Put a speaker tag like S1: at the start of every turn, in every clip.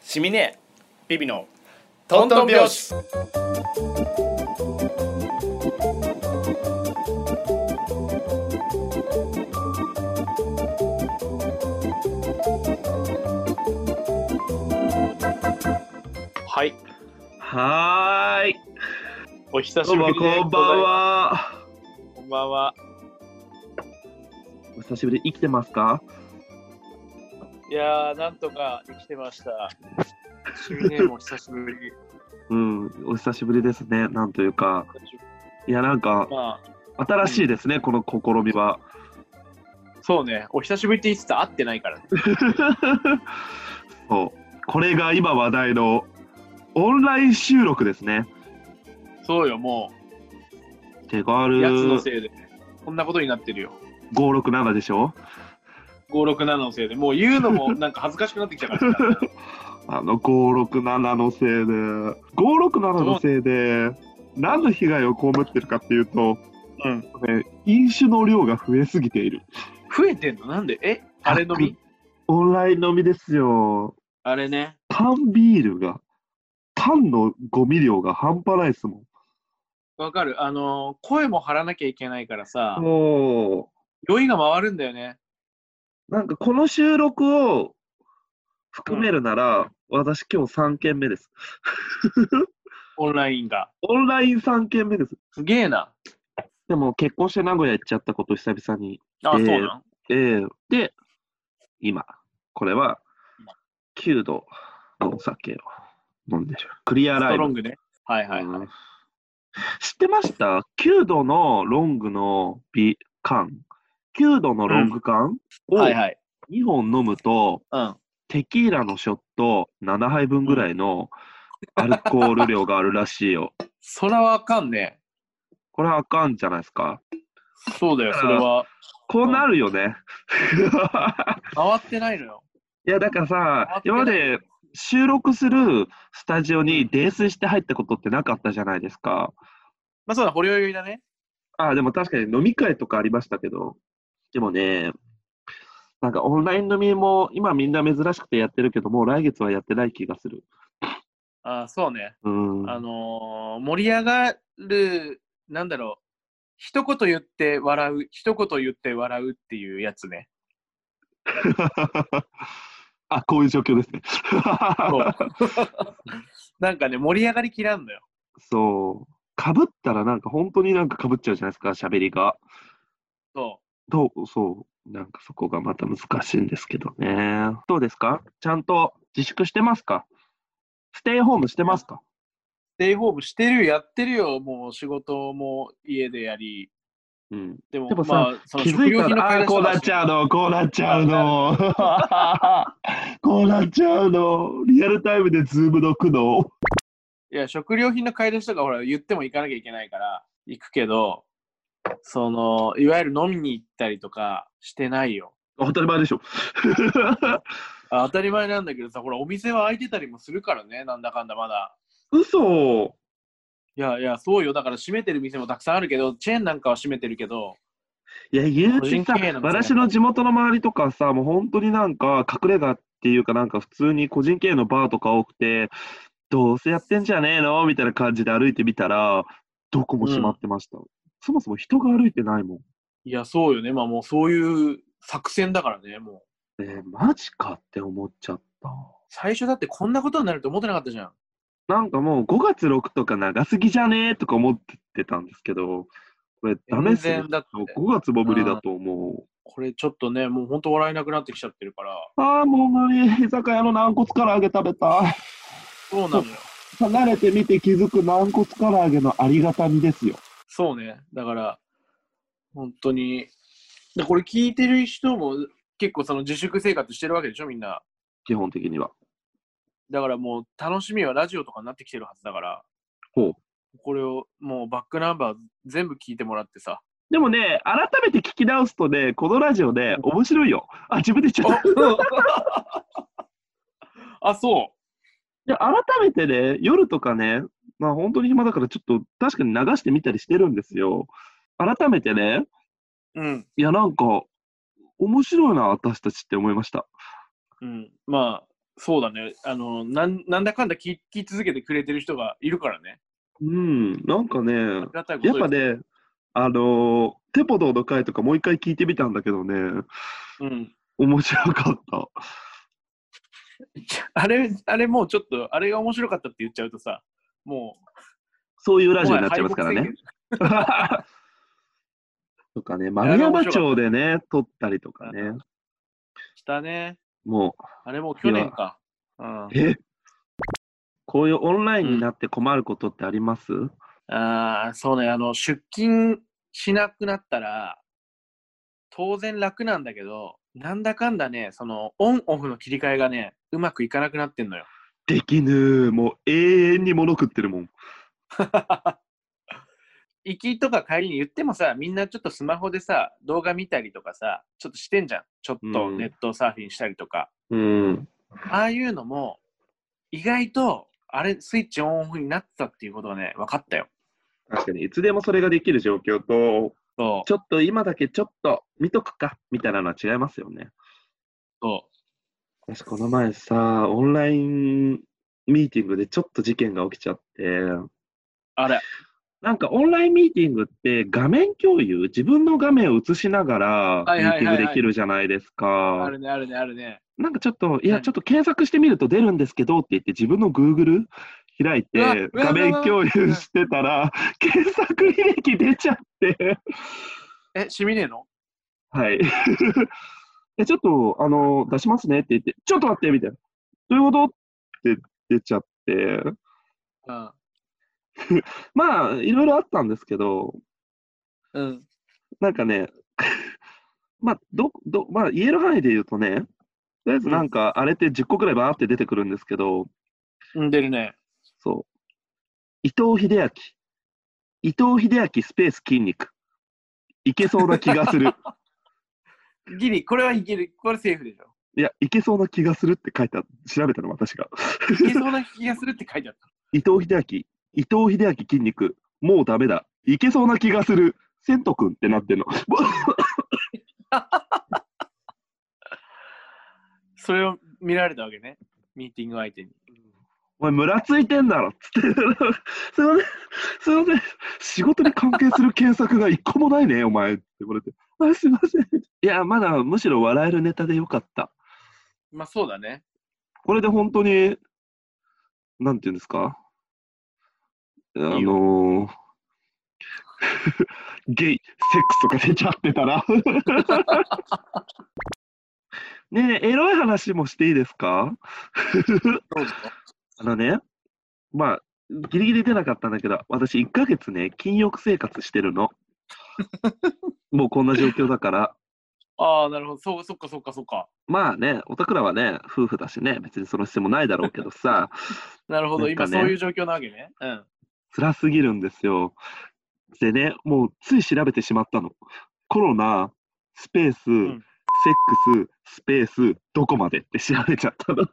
S1: シミネビビの
S2: トントン拍子
S1: はい
S2: はーい。
S1: お久
S2: どう
S1: しぶ
S2: も
S1: りで
S2: こんばんは。
S1: こんばんは
S2: お久しぶり、生きてますか。
S1: いやーなんとか生きてましたシミネも久しぶり
S2: うん、お久しぶりですね。なんというか、いや、なんか
S1: まあ
S2: 新しいですね。この試みは。
S1: そうねお久しぶりって言ってたら会ってないからね
S2: そう、これが今話題のオンライン収録ですね。
S1: そうよも
S2: 手
S1: う
S2: 軽
S1: やつのせいでこんなことになってるよ
S2: 567でしょ
S1: 567のせいでもう言うの もなんか恥ずかしくなってきたから
S2: あの567のせいで567のせいで何の被害を被ってるかっていうと、
S1: うん
S2: ね、飲酒の量が増えすぎている
S1: 増えてんのなんでえあれ飲み
S2: オンライン飲みですよ
S1: あれね
S2: 缶ビールが缶のゴミ量が半端ないですもん
S1: わかるあのー声も張らなきゃいけないからさ
S2: そ
S1: 酔いが回るんだよね
S2: うなんかこの収録を含めるなら、私今日3件目です
S1: オンラインが
S2: オンライン3件目です
S1: すげえな
S2: でも結婚して名古屋行っちゃったこと久々に
S1: あ、
S2: えー
S1: そうなん
S2: えーで、今、これは9度のお酒を飲んでる。クリア
S1: ス
S2: ラ
S1: ト
S2: イブ
S1: ロン。グねはいはいはい、
S2: うん知ってました9度のロングのビ缶、9度のロング缶を
S1: はいはい
S2: 2本飲むと、
S1: うん
S2: テキーラのショット7杯分ぐらいのアルコール量があるらしいよ。
S1: それはあかんね
S2: これはあかんじゃないですか。
S1: そうだよそれは
S2: こうなるよね。
S1: 回ってないのよ
S2: いや、だからさ、
S1: 回っ
S2: 今ま
S1: てない
S2: で収録するスタジオに泥酔して入ったことってなかったじゃないですか。
S1: まあそうだ堀尾酔いだね
S2: ああ、でも確かに飲み会とかありましたけど。でもね、なんかオンライン飲みも今みんな珍しくてやってるけど、もう来月はやってない気がする。
S1: あそうね
S2: うーん。
S1: あのー盛り上がるなんだろう一言言って笑う一言言って笑うっていうやつね
S2: あ、こういう状況ですね。
S1: そうなんかね盛り上がりきらんのよ
S2: そう。かぶったらなんか本当になんかかぶっちゃうじゃないですか、喋りが。
S1: そ
S2: どうそう、なんかそこがまた難しいんですけどね。どうですかちゃんと自粛してますかステイホームしてますか
S1: うステイホームしてるよやってるよもう仕事も家でやり
S2: うん、
S1: でも
S2: でもさ
S1: まあその
S2: 気づいた
S1: 食料
S2: ら、あ
S1: 品
S2: あー、こうなっちゃうの、こうなっちゃうの、 こうなっちゃうの、リアルタイムでズームの苦悩。
S1: いや、食料品の買い出しとか、ほら、言っても行かなきゃいけないから、行くけど、その、いわゆる飲みに行ったりとかしてないよ。
S2: 当たり前でしょ。
S1: あ当たり前なんだけどさ、ほら、お店は開いてたりもするからね、なんだかんだまだ。
S2: 嘘
S1: いやいや、そうよ。だから閉めてる店もたくさんあるけど、チェーンなんかは閉めてるけど、
S2: いや、言う
S1: 個
S2: て
S1: 人
S2: さ
S1: 経営の、店
S2: 私の地元の周りとかさ、もう本当になんか隠れ家っていうか、なんか普通に個人経営のバーとか多くて、どうせやってんじゃねえのみたいな感じで歩いてみたら、どこも閉まってました。そもそも人が歩いてないもん。
S1: いや、そうよね。まあもうそういう作戦だからね、もう。
S2: えーマジかって思っちゃった。
S1: 最初だってこんなことになると思ってなかったじゃん。
S2: なんかもう5月6とか長すぎじゃねえとか思ってたんですけど、これダメっすね
S1: 全。然だって、
S2: 5月も無理だと思う。
S1: これちょっとね、もうほんと笑えなくなってきちゃってるから、
S2: ああ、もう無理。居酒屋の軟骨唐揚げ食べた。
S1: そうなのよ。
S2: 離れてみて気づく軟骨唐揚げのありがたみですよ。
S1: そうね。だから、本当に。でこれ聞いてる人も結構その自粛生活してるわけでしょ、みんな。
S2: 基本的には。
S1: だからもう楽しみはラジオとかになってきてるはずだから、
S2: ほう。
S1: これをもうバックナンバー全部聞いてもらって さ。
S2: でもね、改めて聞き直すとね、このラジオね、面白いよ。あ、自分で言っちゃった。い
S1: あ、そ
S2: や、改めてね、夜とかね、まあ本当に暇だからちょっと確かに流してみたりしてるんですよ。改めてね、
S1: う。うん。
S2: いやなんか、面白いな、私たちって思いました。
S1: うん。まあ、そうだね。あの、なんなんだかんだ聞き聞き続けてくれてる人がいるからね。
S2: うん、なんかね、
S1: ありがたいこと
S2: や
S1: よ
S2: っぱね、あのー、テポドーの回とかもう一回聞いてみたんだけどね、
S1: うん。
S2: 面白かった。
S1: あれ、あれもうちょっと、あれが面白かったって言っちゃうとさ、もう、
S2: そういうラジオになっちゃいますからね。 とかね、丸山町でね、撮ったりとかね、
S1: したね。
S2: も
S1: あれもう去年か。うん
S2: う、、えこういうオンラインになって困ることってあります、
S1: ああ、そうね。あの、出勤しなくなったら、当然楽なんだけど、なんだかんだね、その、オンオフの切り替えがね、うまくいかなくなってんのよ。
S2: できぬー、もう永遠に物食ってるもん。
S1: 行きとか帰りに言ってもさ、みんなちょっとスマホでさ、動画見たりとかさ、ちょっとしてんじゃん。ちょっと
S2: うん
S1: ネットサーフィンしたりとか。
S2: うん。
S1: ああいうのも、意外と、あれ、スイッチオンオフになってたっていうことがね、分かったよ。
S2: 確かに、いつでもそれができる状況と、
S1: そう。
S2: ちょっと今だけちょっと見とくか、みたいなのは違いますよね。
S1: そ
S2: 私、この前さ、オンラインミーティングでちょっと事件が起きちゃって、
S1: う。あれ。
S2: なんかオンラインミーティングって画面共有、自分の画面を映しながら
S1: は
S2: ミ
S1: いはいはい
S2: ー
S1: はい
S2: ティングできるじゃないです
S1: あ
S2: か。
S1: るね、あるね、あるね。
S2: なんかちょっと、いや、
S1: 何
S2: ちょっと検索してみると出るんですけどって言って、自分の Google 開いう
S1: わ
S2: て
S1: うわ
S2: 画面
S1: うわ
S2: 共有してたら、検索履歴出ちゃって。
S1: え、しみねえの
S2: はい。 え、ちょっと、あの、出しますねって言って、ちょっと待ってみたいな。どういうことって出ちゃって。
S1: うん。
S2: まあ、いろいろあったんですけど、
S1: うん。
S2: なんかね、まあ、ど、ど、まあ、言える範囲で言うとね、とりあえずなんか、あれって10個くらいバーって出てくるんですけど、
S1: うん、出るね。
S2: そう。伊藤英明。伊藤英明スペース筋肉。いけそうな気がする。
S1: ギリ、これはいける。これセーフでしょ。
S2: いや、いけそうな気がするって書いた、調べたの私が。
S1: いけそうな気がするって書いてあっ
S2: 伊藤英明。伊藤英明筋肉。もうダメだ。いけそうな気がする。セント君ってなってんの。
S1: た。それを見られたわけね。ミーティング相手に。
S2: お前、ムラついてんだろっ つって、すいません、すいません、仕事に関係する検索が一個もないね、お前って言われて、あ、すいません。いや、まだむしろ笑えるネタでよかった。
S1: まあそうだね。
S2: これで本当に、なんていうんですか、あの
S1: いい
S2: ー ゲイ、セックスとか出ちゃってた ら。ねえ、エロい話もしていいですか
S1: そうだ
S2: あのね、まあ、ギリギリ出なかったんだけど、私1ヶ月ね、禁欲生活してるの。もうこんな状況だから。
S1: ああ、なるほど。そうそっかそっかそっか。
S2: まあね、おたくらはね、夫婦だしね、別にその必要もないだろうけどさ、
S1: なるほど。
S2: なんか
S1: 今
S2: ね
S1: そういう状況なわけね。うん。
S2: 辛すぎるんですよ。でね、もうつい調べてしまったの。コロナ、スペース、
S1: ん
S2: セックス、スペース、どこまでって調べちゃったの。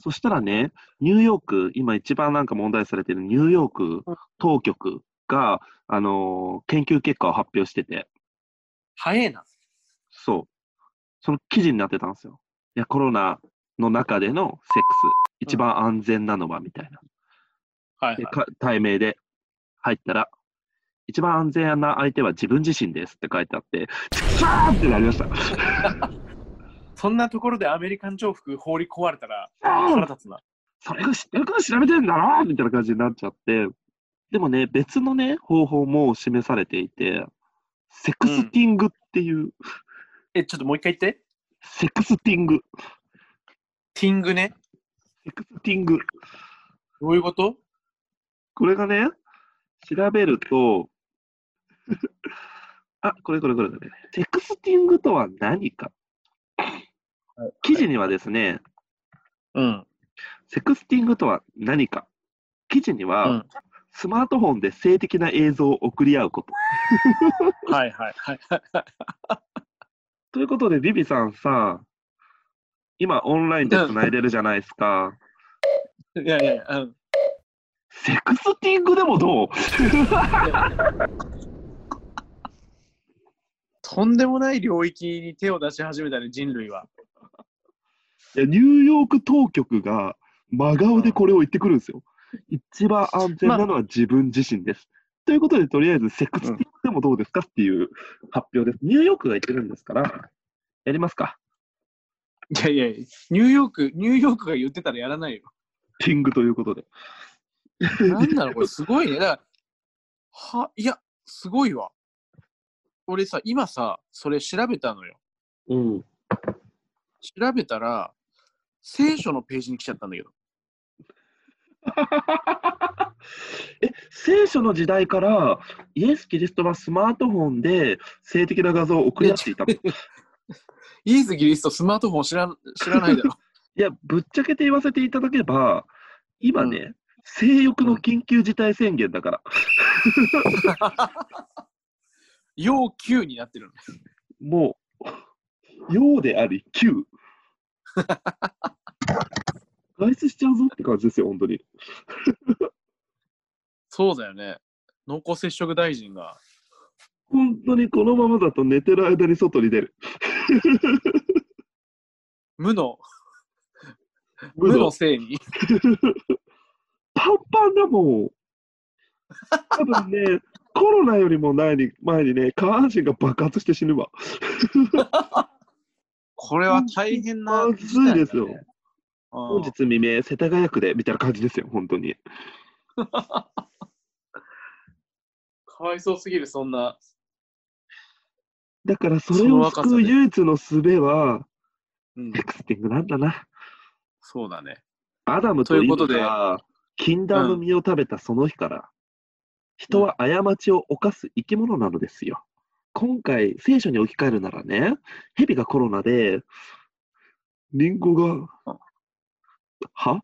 S2: そしたらね、ニューヨーク、今一番なんか問題視されてるニューヨーク
S1: うん
S2: 当局が、あのー研究結果を発表してて、
S1: 早えな。
S2: そう。その記事になってたんですよ。いや、コロナの中でのセックス、一番安全なのは、みたいな。
S1: はい、はい
S2: で。か対名で入ったら、一番安全な相手は自分自身ですって書いてあって、ちくしゃーってなりました。
S1: そんなところでアメリカン重複放り壊れたら
S2: うん
S1: 腹立つな。
S2: それが知ってるから調べてんだろみたいな感じになっちゃって、でもね、別のね、方法も示されていて、セクスティングっていう、
S1: え、ちょっともう一回言って。
S2: セクスティング、
S1: ティングね。
S2: セクスティング。
S1: どういうこと
S2: これがね、調べると、あ、これこれこれこれ。セクスティングとは何か。記事にはですね、
S1: うん。
S2: セクスティングとは何か記事には、
S1: うん
S2: スマートフォンで性的な映像を送り合うこと。
S1: はいはいはい。
S2: ということで、ビビさんさ、今オンラインで繋いでるじゃないですか。
S1: いやいやいや、うん。
S2: セクスティングでもどう
S1: とんでもない領域に手を出し始めたね、人類は。
S2: いやニューヨーク当局が真顔でこれを言ってくるんですよ。一番安全なのは自分自身です。ということで、とりあえず、セクスティングでもどうですかっていう発表です。ニューヨークが言ってるんですから、やりますか。
S1: いやいや、ニューヨーク、ニューヨークが言ってたらやらないよ。
S2: ティングということで。
S1: なんだろう、これすごいね。だから、は、いや、すごいわ。俺さ、今さ、それ調べたのよ。
S2: うん。
S1: 調べたら、聖書のページに来ちゃったんだけど。
S2: え、聖書の時代から、イエス・キリストはスマートフォンで性的な画像を送り合っていたの。い
S1: イーズ・ギリスト、スマートフォン知らん知らないだろ。
S2: や、ぶっちゃけて言わせていただければ、今ね、性欲の緊急事態宣言だから、
S1: 要求になってるの。
S2: もう、陽であり、急。外出しちゃうぞって感じですよ、本当に。
S1: そうだよね。濃厚接触大臣が。
S2: 本当にこのままだと寝てる間に外に出る。
S1: 無の、
S2: 無
S1: 無
S2: の
S1: のせいに。
S2: パンパンだもん。多分 ね、コロナよりも前に前にね、下半身が爆発して死ぬわ。
S1: これは大変な、
S2: まずいですよ。本
S1: 本
S2: 日未明、世田谷区でみたいな感じですよ、本当に。
S1: かわいそうすぎる、そんな。
S2: だからそれを救う唯一の術は、
S1: うん
S2: テ、クスティングなんだな。
S1: そうだね。
S2: アダムと
S1: という
S2: イ
S1: こ
S2: ブ
S1: とで
S2: が禁断の実を食べたその日から、人は過ちを犯す生き物なのですよ。今回、聖書に置き換えるならね、蛇がコロナで、リンゴが
S1: あ、
S2: は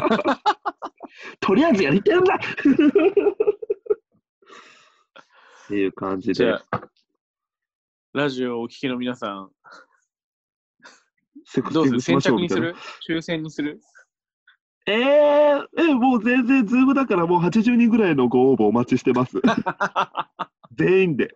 S2: とりあえずやりてえんだ っていう感じ
S1: じ
S2: で
S1: ゃ、あ、ラジオをお聞きの皆さん、
S2: セク
S1: どう
S2: シ
S1: する先
S2: ングしまし
S1: 着
S2: ょうみ
S1: に
S2: た
S1: す
S2: いな。
S1: る抽選にする
S2: えー、え、もう全然、ズームだからもう80人ぐらいのご応募お待ちし てます。全員で。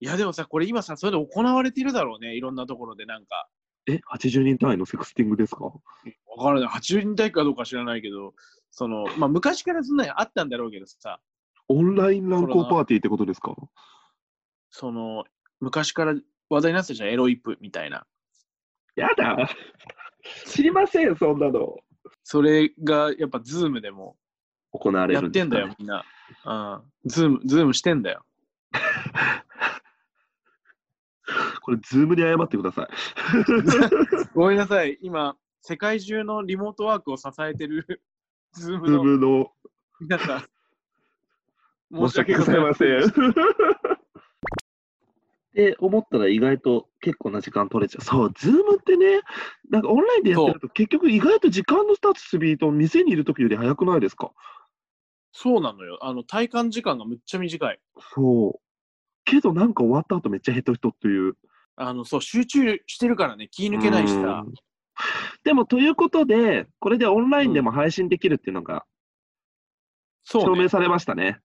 S1: いや、でもさ、これ今さ、それで行われているだろうね。いろんなところでなんか。
S2: え、80人単位のセクスティングですか
S1: わからない。80人体かどうか知らないけど、その、まあ、昔からそんなにあったんだろうけどさ、
S2: オンライン乱
S1: そ
S2: 行
S1: れな
S2: パーティーってことですか
S1: その、昔から話題になってたじゃん、エロイプみたいな。
S2: やだ知りません、そんなの。
S1: それが、やっぱ、ズームでも、
S2: 行われ
S1: や
S2: る
S1: ってんだよ、みんな。うん。ズーム、ズームしてんだよ。
S2: これ、ズームで謝ってください。
S1: ごめんなさい、今、世界中のリモートワークを支えてる ズー
S2: ズー
S1: ムの
S2: ムの
S1: 皆さん。
S2: 申し訳ございませ ん。って思ったら意外と結構な時間取れちゃう。そう、ズームってね、なんかオンラインでやってると結局意外と時間のスタートスピード店にいる時より早くないですか
S1: そうなのよ。あの、体感時間がむっちゃ短い。
S2: そう。けどなんか終わった後めっちゃヘトヘトっていう。
S1: あの、そう、集中してるからね、気抜けないしさ
S2: う。ん。でもということで、これでオンラインでも配信できるっていうのが
S1: そ
S2: 証
S1: う、ね
S2: 明、されましたね。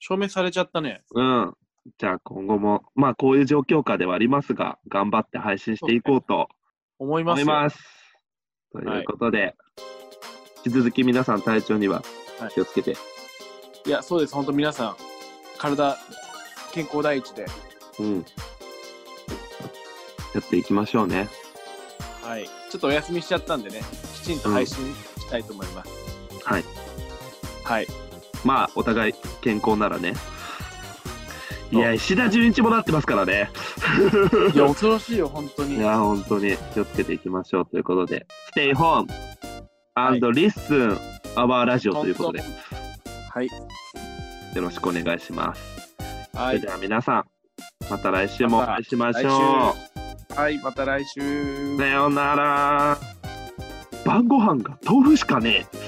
S1: 証明されちゃったね。
S2: うん。じゃあ今後も、まあこういう状況下ではありますが、頑張って配信していこうと
S1: 思いま
S2: 思
S1: す
S2: い
S1: よ。
S2: ます。ということで、引き続き皆さん体調には
S1: はい
S2: 気をつけて、
S1: いや、そうです、本当皆さん、体、健康第一で、
S2: うん。やっていきましょうね。
S1: はい。ちょっとお休みしちゃったんでね、きちんと配信したいと思います。
S2: はい。
S1: はい。
S2: まあお互い健康ならね。いや、石田純一もなってますからね。
S1: いや、恐ろしいよ、本当に
S2: い。や、本当に気をつけていきましょうということで、Stay home
S1: はい
S2: and listen our ラジオということで、よ
S1: はい。
S2: ろしくお願いします。
S1: は
S2: それ
S1: い
S2: で。は皆さん、また来週もお会いしまし
S1: 来
S2: ょ
S1: 週はい、また来週。
S2: う。さようなら。晩ご飯が豆腐しかねえ。